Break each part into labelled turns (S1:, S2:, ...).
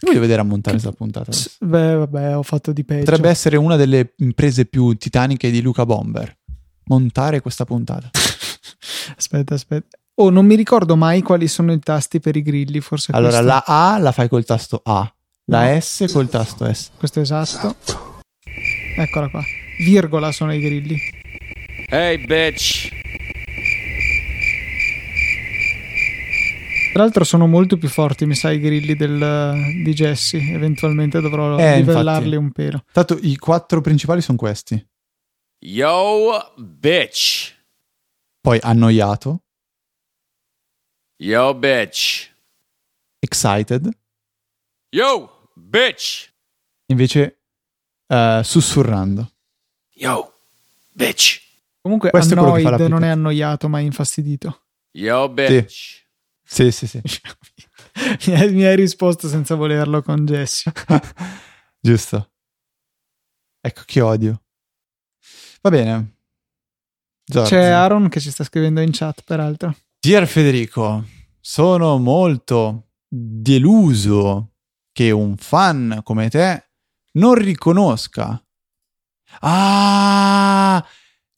S1: Voglio vedere a montare questa puntata.
S2: Ah, S- cioè Beh, vabbè, ho fatto di peggio.
S1: Potrebbe essere una delle imprese più titaniche di Luca Bomber. Montare questa puntata.
S2: Cioè, Aspetta, aspetta. Oh, non mi ricordo mai quali sono i tasti per i grilli, forse
S1: Allora,
S2: questo,
S1: la A la fai col tasto A, la S col tasto S.
S2: questo è esatto. Eccola qua. Virgola sono i grilli.
S3: Hey, bitch.
S2: Tra l'altro sono molto più forti, mi sa, i grilli del- di Jesse. Eventualmente dovrò
S1: Eh,
S2: livellarli
S1: infatti.
S2: un pelo.
S1: Tanto i quattro principali sono questi.
S3: Yo, bitch.
S1: Poi annoiato,
S3: Yo, bitch.
S1: excited,
S3: Yo, bitch.
S1: invece eh, sussurrando.
S3: Yo, bitch.
S2: Comunque,
S1: Questo è quello che fa
S2: annoyed non è
S1: l'applicazione.
S2: annoiato, ma è infastidito.
S3: Yo, bitch.
S1: Sì, sì, sì.
S2: mi, hai, mi hai risposto senza volerlo con Jesse.
S1: Giusto. Ecco che odio. Va bene. Giorgio.
S2: C'è Aaron che ci sta scrivendo in chat, peraltro.
S1: Dear Federico, sono molto deluso che un fan come te non riconosca. Ah!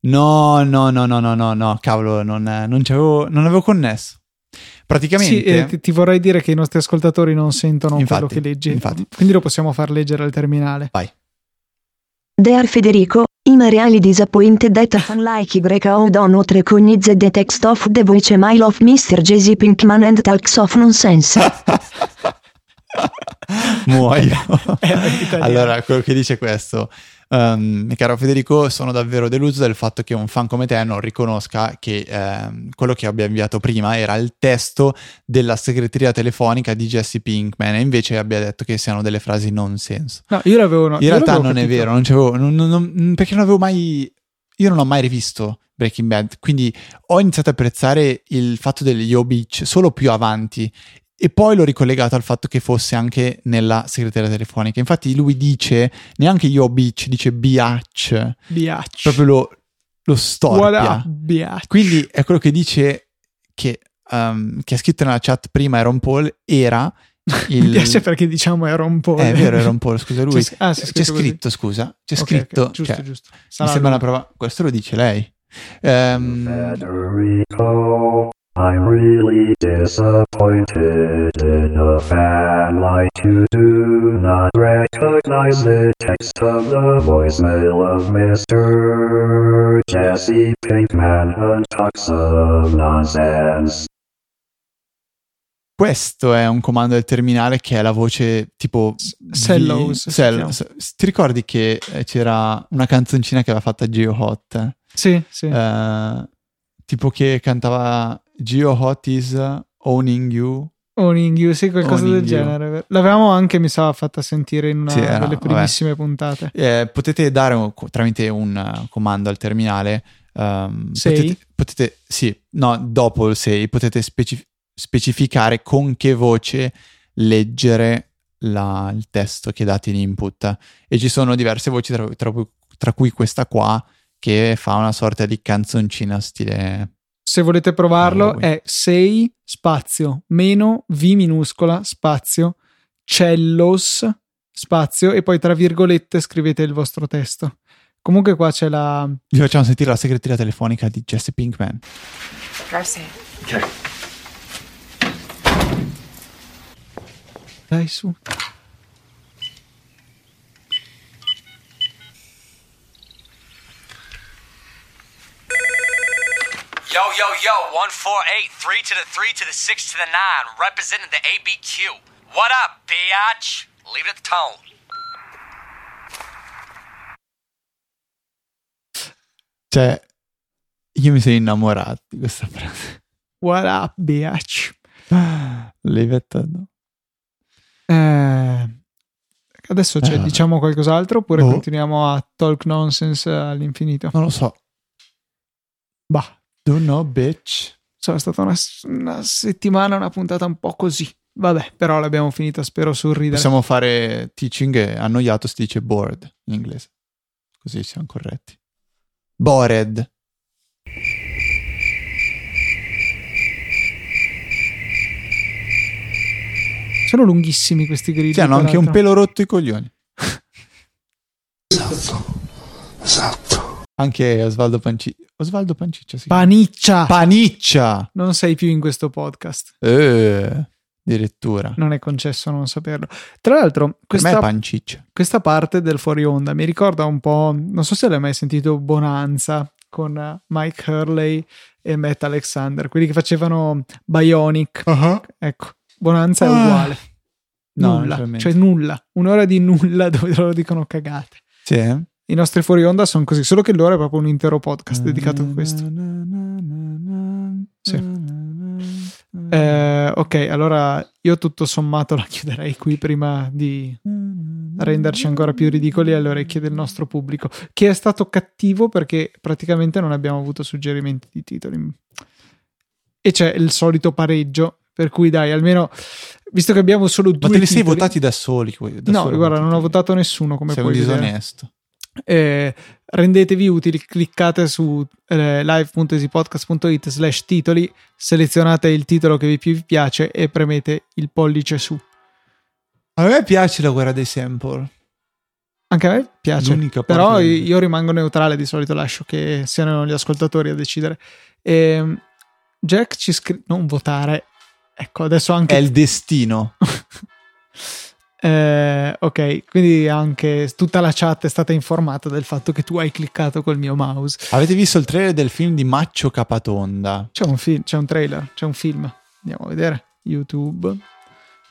S1: No, no, no, no, no, no, no, cavolo, non, non, ci avevo, non avevo connesso.
S2: Sì, eh,
S1: Praticamente,
S2: ti, ti vorrei dire che i nostri ascoltatori non sentono
S1: Infatti,
S2: quello che leggi.
S1: infatti.
S2: Quindi lo possiamo far leggere al terminale.
S4: Dear Federico, in a really disappointed that a fan like YO don't recognize the text of the voice mail of Mr. Jesse Pinkman and talks of nonsense.
S1: muoio.
S2: Eh, italiano.
S1: allora, quello che dice è questo. Ehm, caro Federico, sono davvero deluso del fatto che un fan come te non riconosca che ehm, quello che abbia inviato prima era il testo della segreteria telefonica di Jesse Pinkman e invece abbia detto che siano delle frasi non senso.
S2: No, io l'avevo.
S1: In realtà non è vero, non c'avevo, non- non- non- perché non avevo mai, io non ho mai rivisto Breaking Bad, quindi ho iniziato a apprezzare il fatto del Yo Beach solo più avanti e poi l'ho ricollegato al fatto che fosse anche nella segreteria telefonica. Infatti lui dice, neanche Yo Beach, dice Biatch,
S2: Biatch.
S1: proprio lo, lo storpia.
S2: Voilà, biatch.
S1: Quindi è quello che dice che, ehm, che ha scritto nella chat prima Aaron Paul era il... Eh,
S2: Mi piace perché diciamo era un po'.
S1: È vero, Aaron Paul, scusa lui.
S2: C'è, ah, c'è
S1: C'è
S2: scritto, così.
S1: scritto, scusa, c'è
S2: Ok, ok,
S1: scritto,
S2: giusto,
S1: cioè,
S2: giusto.
S1: mi
S2: Sarà
S1: sembra una
S2: lui.
S1: prova, questo lo dice lei. Ehm,
S5: Federico, I'm really disappointed in a fan like you do not recognize the text of the voicemail of Mr. Jesse Pinkman and talks of nonsense.
S1: questo è un comando del terminale che è la voce tipo...
S2: Cellos,
S1: di-
S2: si
S1: Cell-
S2: chiama.
S1: s- ti ricordi che eh, c'era una canzoncina che aveva fatta Gio Hot?
S2: Sì, sì.
S1: Eh, tipo che cantava Gio Hot is owning you.
S2: Owning You, sì, qualcosa
S1: Owning
S2: del
S1: You.
S2: genere. L'avevamo anche, mi sa, fatta sentire in una
S1: Sì, era-
S2: delle
S1: vabbè.
S2: primissime puntate.
S1: Eh, potete dare un- tramite un eh, comando al terminale. ehm,
S2: Sei?
S1: Potete, potete- sì, no, dopo il 6 potete specif- specificare con che voce leggere la- il testo che date in input. E ci sono diverse voci, tra, tra cui- tra cui questa qua, che fa una sorta di canzoncina stile.
S2: Se volete provarlo,
S1: Halloween.
S2: è 6 spazio meno V minuscola spazio cellos spazio e poi tra virgolette scrivete il vostro testo. Comunque qua c'è la...
S1: Vi facciamo sentire la segreteria telefonica di Jesse Pinkman.
S6: Darcy.
S2: Dai su.
S3: Yo, yo, yo. One, four, eight. Three to the three to the six to the nine. Representing the ABQ. What up, bitch? Leave it at the tone.
S1: Cioè, io mi sono innamorato di questa frase.
S2: What up, bitch?
S1: L'hai vetta, no?
S2: Eh, adesso c'è,
S1: Eh, vabbè.
S2: diciamo qualcos'altro oppure
S1: Boh.
S2: continuiamo a talk nonsense all'infinito?
S1: Non lo so.
S2: Bah.
S1: Don't know, bitch.
S2: Insomma, è stata una, una settimana, una puntata un po' così. Vabbè, però l'abbiamo finita, spero sorridere.
S1: Possiamo fare teaching e annoiato si dice bored in inglese. Così siamo corretti. Bored.
S2: Sono lunghissimi questi grilli.
S1: Sì, hanno anche un
S2: peraltro.
S1: pelo rotto i coglioni. Anche Osvaldo Panciccia. Osvaldo Panciccia, sì.
S2: Paniccia!
S1: Paniccia!
S2: non sei più in questo podcast.
S1: Eh, addirittura.
S2: Non è concesso non saperlo. Tra l'altro,
S1: A me
S2: questa,
S1: è Panciccia.
S2: questa parte del fuori onda mi ricorda un po', non so se l'hai mai sentito, Bonanza con eh, Mike Hurley e Matt Alexander, quelli che facevano Bionic. Ecco, Bonanza è
S1: Ah.
S2: uguale.
S1: No, non c'è
S2: nulla,
S1: niente.
S2: cioè nulla. Un'ora di nulla dove loro dicono cagate.
S1: Sì, eh?
S2: I nostri fuori onda sono così, solo che loro è proprio un intero
S1: Mm.
S2: podcast dedicato a questo. Sì. Eh, ok, allora io tutto sommato la chiuderei qui prima di renderci ancora più ridicoli alle orecchie del nostro pubblico, che è stato cattivo perché praticamente non abbiamo avuto suggerimenti di titoli. E c'è il solito pareggio, per cui dai, almeno visto che abbiamo solo due
S1: Ma te li sei
S2: titoli-
S1: votati da soli? que- da
S2: No,
S1: solo
S2: guarda,
S1: quei
S2: non ho
S1: titoli?
S2: votato nessuno come
S1: Sei un
S2: puoi vedere.
S1: disonesto.
S2: Eh, rendetevi utili, cliccate su eh, live.esipodcast.it slash titoli, selezionate il titolo che vi più vi piace e premete il pollice su.
S1: A me piace la guerra dei sample.
S2: Anche a me piace,
S1: L'unica parte
S2: però
S1: del-
S2: io, io rimango neutrale, di solito lascio che siano gli ascoltatori a decidere. Ehm, Jack ci scrive... Non votare. Ecco, adesso anche...
S1: È il destino.
S2: Eh, ok, quindi anche tutta la chat è stata informata del fatto che tu hai cliccato col mio mouse.
S1: Avete visto il trailer del film di Maccio Capatonda?
S2: C'è un film, c'è un trailer, c'è un film. Andiamo a vedere. YouTube.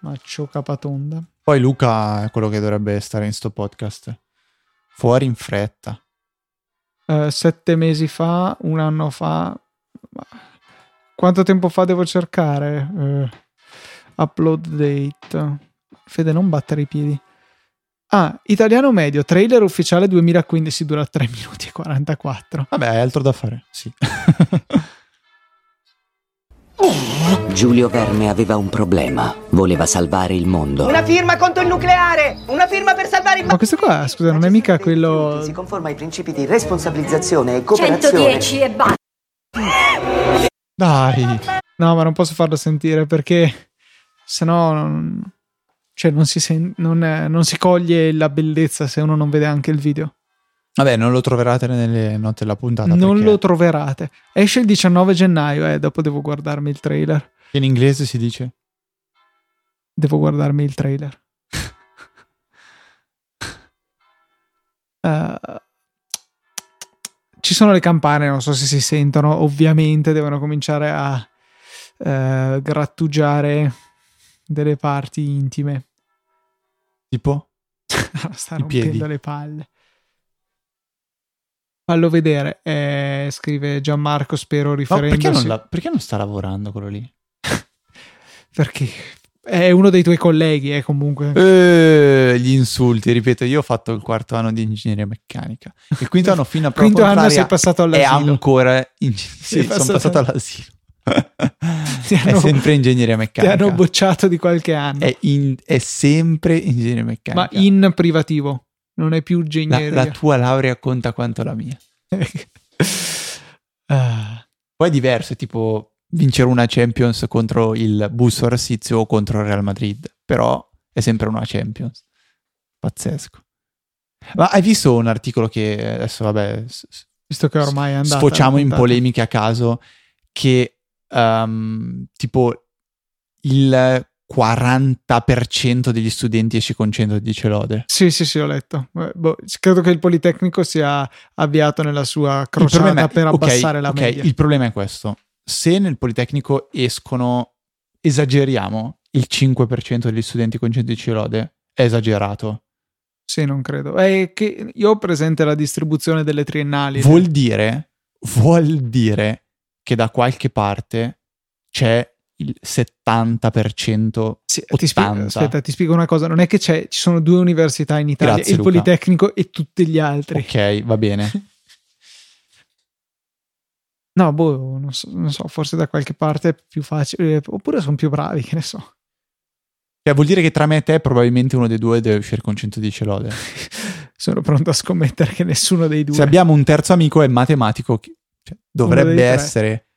S2: Maccio Capatonda.
S1: Poi Luca è quello che dovrebbe stare in sto podcast. Fuori in fretta.
S2: Eh, sette mesi fa, un anno fa. Ma- Quanto tempo fa devo cercare? Eh, upload date. Fede, non battere i piedi. Ah, italiano medio, trailer ufficiale 2015, dura 3 minuti e 44.
S1: Vabbè, hai altro da fare. Sì.
S6: Giulio Verme aveva un problema. Voleva salvare il mondo.
S7: Una firma contro il nucleare! Una firma per salvare il
S2: Ma questo qua, scusa, non è mica quello...
S7: Si conforma ai principi di responsabilizzazione e cooperazione.
S8: 110 e basta.
S1: Dai.
S2: No, ma non posso farlo sentire perché sennò non, cioè non, si, sen- non, eh, non si coglie la bellezza se uno non vede anche il video.
S1: Vabbè, non lo troverete nelle note della puntata.
S2: non
S1: perché
S2: lo troverate. Esce il 19 gennaio, eh, dopo devo guardarmi il trailer.
S1: In inglese si dice.
S2: Devo guardarmi il trailer. Eh, ci sono le campane, non so se si sentono, ovviamente devono cominciare a eh, grattugiare delle parti intime.
S1: Tipo?
S2: sta
S1: I piedi.
S2: rompendo le palle. Fallo vedere, eh, scrive Gianmarco, spero
S1: Ma
S2: riferendosi.
S1: perché, non la- perché non sta lavorando quello lì?
S2: Perché è uno dei tuoi colleghi, eh, comunque.
S1: Eh, gli insulti, ripeto, io ho fatto il quarto anno di ingegneria meccanica. Il quinto anno fino a prova
S2: Quinto anno
S1: contraria
S2: sei passato
S1: è
S2: all'asilo.
S1: ancora in- sì, sono
S2: passato-
S1: passato all'asilo.
S2: Ti
S1: è
S2: hanno-
S1: sempre ingegneria
S2: Ti
S1: meccanica.
S2: hanno bocciato di qualche anno.
S1: è, in- è sempre ingegneria meccanica.
S2: ma in privativo, non è più
S1: la,
S2: ingegneria.
S1: la tua laurea conta quanto la mia.
S2: Ah,
S1: Poi è diverso, è tipo vincere una Champions contro il Busso Arsizio o contro il Real Madrid, però è sempre una Champions. Pazzesco. Ma hai visto un articolo che adesso, vabbè, s- s-
S2: visto che ormai è andata.
S1: sfociamo in
S2: puntata.
S1: polemiche a caso che ehm, tipo il 40% degli studenti esce con 110 lode.
S2: Sì, sì, sì, ho letto. Eh, boh, credo che il Politecnico sia avviato nella sua
S1: Il
S2: crociata
S1: problema è-
S2: per
S1: ok,
S2: abbassare la
S1: ok,
S2: media.
S1: Il problema è questo. Se nel Politecnico escono, esageriamo, il 5% degli studenti con 110 lode, è esagerato.
S2: Sì, non credo. È che io ho presente la distribuzione delle triennali.
S1: Vuol dire, vuol dire che da qualche parte c'è il 70%.
S2: Sì, ti spie-
S1: 80.
S2: aspetta, ti spiego una cosa. Non è che c'è, ci sono due università in Italia,
S1: Grazie,
S2: il
S1: Luca.
S2: Politecnico e tutti gli altri.
S1: Ok, va bene.
S2: No, boh, non so, non so, forse da qualche parte è più facile. eh, Oppure sono più bravi, che ne so.
S1: Cioè, vuol dire che tra me e te probabilmente uno dei due deve uscire con 110 lode.
S2: sono pronto a scommettere che nessuno dei due.
S1: Se abbiamo un terzo amico è matematico, che- cioè,
S2: Uno
S1: dovrebbe
S2: dei tre.
S1: essere
S2: A meno che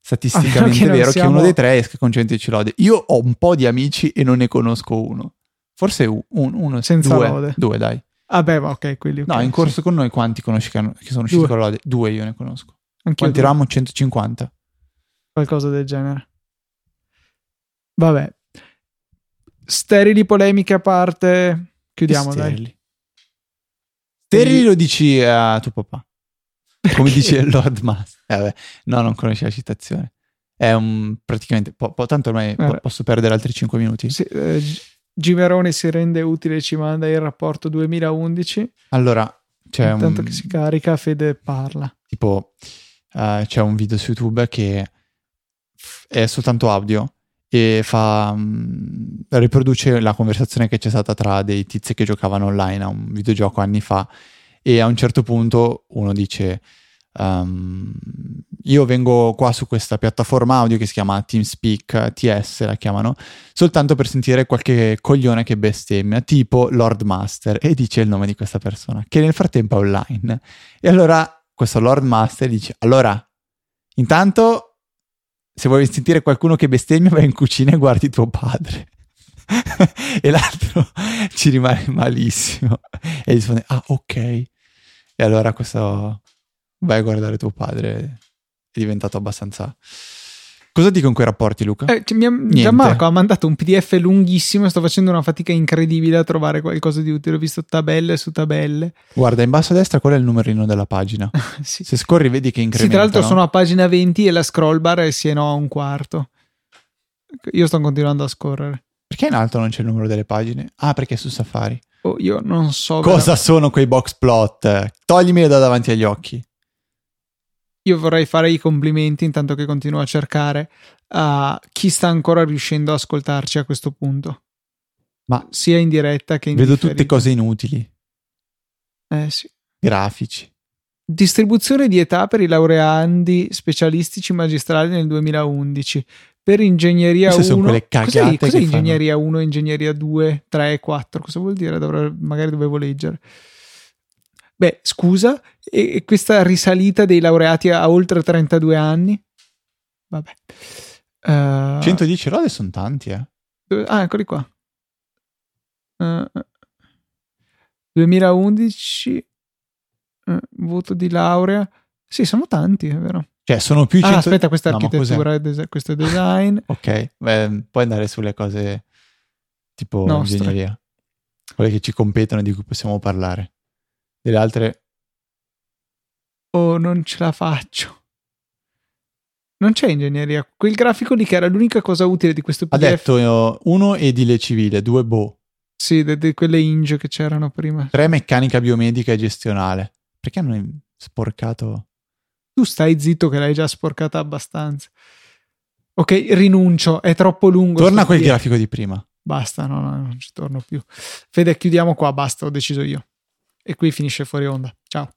S1: statisticamente
S2: non
S1: vero
S2: siamo-
S1: che uno dei tre esca con 100 lode. Io ho un po' di amici e non ne conosco uno. Forse un- un- uno,
S2: Senza
S1: due,
S2: lode.
S1: due dai.
S2: Ah beh, ma ok, quelli ok,
S1: No, in
S2: sì.
S1: corso con noi quanti conosci che, hanno- che sono usciti
S2: Due.
S1: con lode? Due io ne conosco.
S2: Anch'io
S1: Quanti
S2: due.
S1: eravamo? 150.
S2: qualcosa del genere. Vabbè. Sterili polemiche a parte, chiudiamo dai.
S1: Sterili. Sterili lo dici a tuo papà. Come dice il Lord Master. Eh, vabbè, no, non conosci la citazione. È un praticamente. po- po- tanto ormai po-
S2: Vabbè.
S1: posso perdere altri 5 minuti.
S2: Sì, eh, G- Gimerone si rende utile e ci manda il rapporto 2011.
S1: Allora, c'è
S2: Intanto
S1: un,
S2: che si carica, Fede parla.
S1: tipo eh, c'è un video su YouTube che f- è soltanto audio e fa mm, riproduce la conversazione che c'è stata tra dei tizi che giocavano online a un videogioco anni fa e a un certo punto uno dice ehm, io vengo qua su questa piattaforma audio che si chiama TeamSpeak TS la chiamano soltanto per sentire qualche coglione che bestemmia tipo Lord Master e dice il nome di questa persona che nel frattempo è online e allora questo Lord Master dice: Allora, intanto, se vuoi sentire qualcuno che bestemmia, vai in cucina e guardi tuo padre. e l'altro ci rimane malissimo e gli risponde: Ah, ok. E allora questo vai a guardare tuo padre. È diventato abbastanza. Cosa dico in quei rapporti, Luca?
S2: Eh, ci- mi ha- Gianmarco ha mandato un PDF lunghissimo e sto facendo una fatica incredibile a trovare qualcosa di utile. Ho visto tabelle su tabelle.
S1: Guarda in basso a destra qual è il numerino della pagina.
S2: Sì.
S1: Se scorri, vedi che
S2: Sì,
S1: incrementa.
S2: tra l'altro
S1: no?
S2: sono a pagina 20 e la scroll bar è sieno a un quarto. Io sto continuando a scorrere.
S1: Perché in alto non c'è il numero delle pagine? Ah, perché è su Safari.
S2: Oh, io non so
S1: Cosa sono quei box plot? Toglimeli da davanti agli occhi.
S2: Io vorrei fare i complimenti intanto che continuo a cercare a chi sta ancora riuscendo a ascoltarci a questo punto.
S1: Ma
S2: Sia in diretta che in
S1: vedo
S2: differita.
S1: tutte cose inutili,
S2: Eh, sì.
S1: grafici.
S2: Distribuzione di età per i laureandi specialistici magistrali nel 2011. Per ingegneria
S1: Queste sono
S2: 1.
S1: quelle cagate
S2: Cos'è,
S1: che
S2: cos'è
S1: fanno?
S2: ingegneria 1, ingegneria 2, 3 e 4? Cosa vuol dire? Dovrei- magari dovevo leggere. Beh, scusa, e, e questa risalita dei laureati a, a oltre 32 anni? Vabbè. Eh,
S1: 110 lode sono tanti, eh.
S2: dove- Ah, eccoli qua. Eh, 2011, eh, voto di laurea. Sì, sono tanti, è vero.
S1: Cioè, sono più di
S2: Ah,
S1: 100...
S2: aspetta, questa è
S1: No, ma cos'è?
S2: architettura, è dese- questo è design.
S1: Ok, beh, puoi andare sulle cose tipo
S2: Nostre.
S1: ingegneria. Quelle che ci competono e di cui possiamo parlare. Delle altre...
S2: Oh, non ce la faccio. Non c'è ingegneria. Quel grafico lì che era l'unica cosa utile di questo
S1: Ha
S2: PDF.
S1: detto eh, uno edile civile, due boh,
S2: Sì, de- de- quelle inge che c'erano prima.
S1: tre meccanica biomedica e gestionale. Perché hanno sporcato...
S2: Tu stai zitto che l'hai già sporcata abbastanza. Ok, rinuncio, è troppo lungo.
S1: Torna a
S2: sto
S1: quel
S2: PDF.
S1: grafico di prima.
S2: Basta, no, no, non ci torno più. Fede, chiudiamo qua, basta, ho deciso io. E qui finisce fuori onda. Ciao.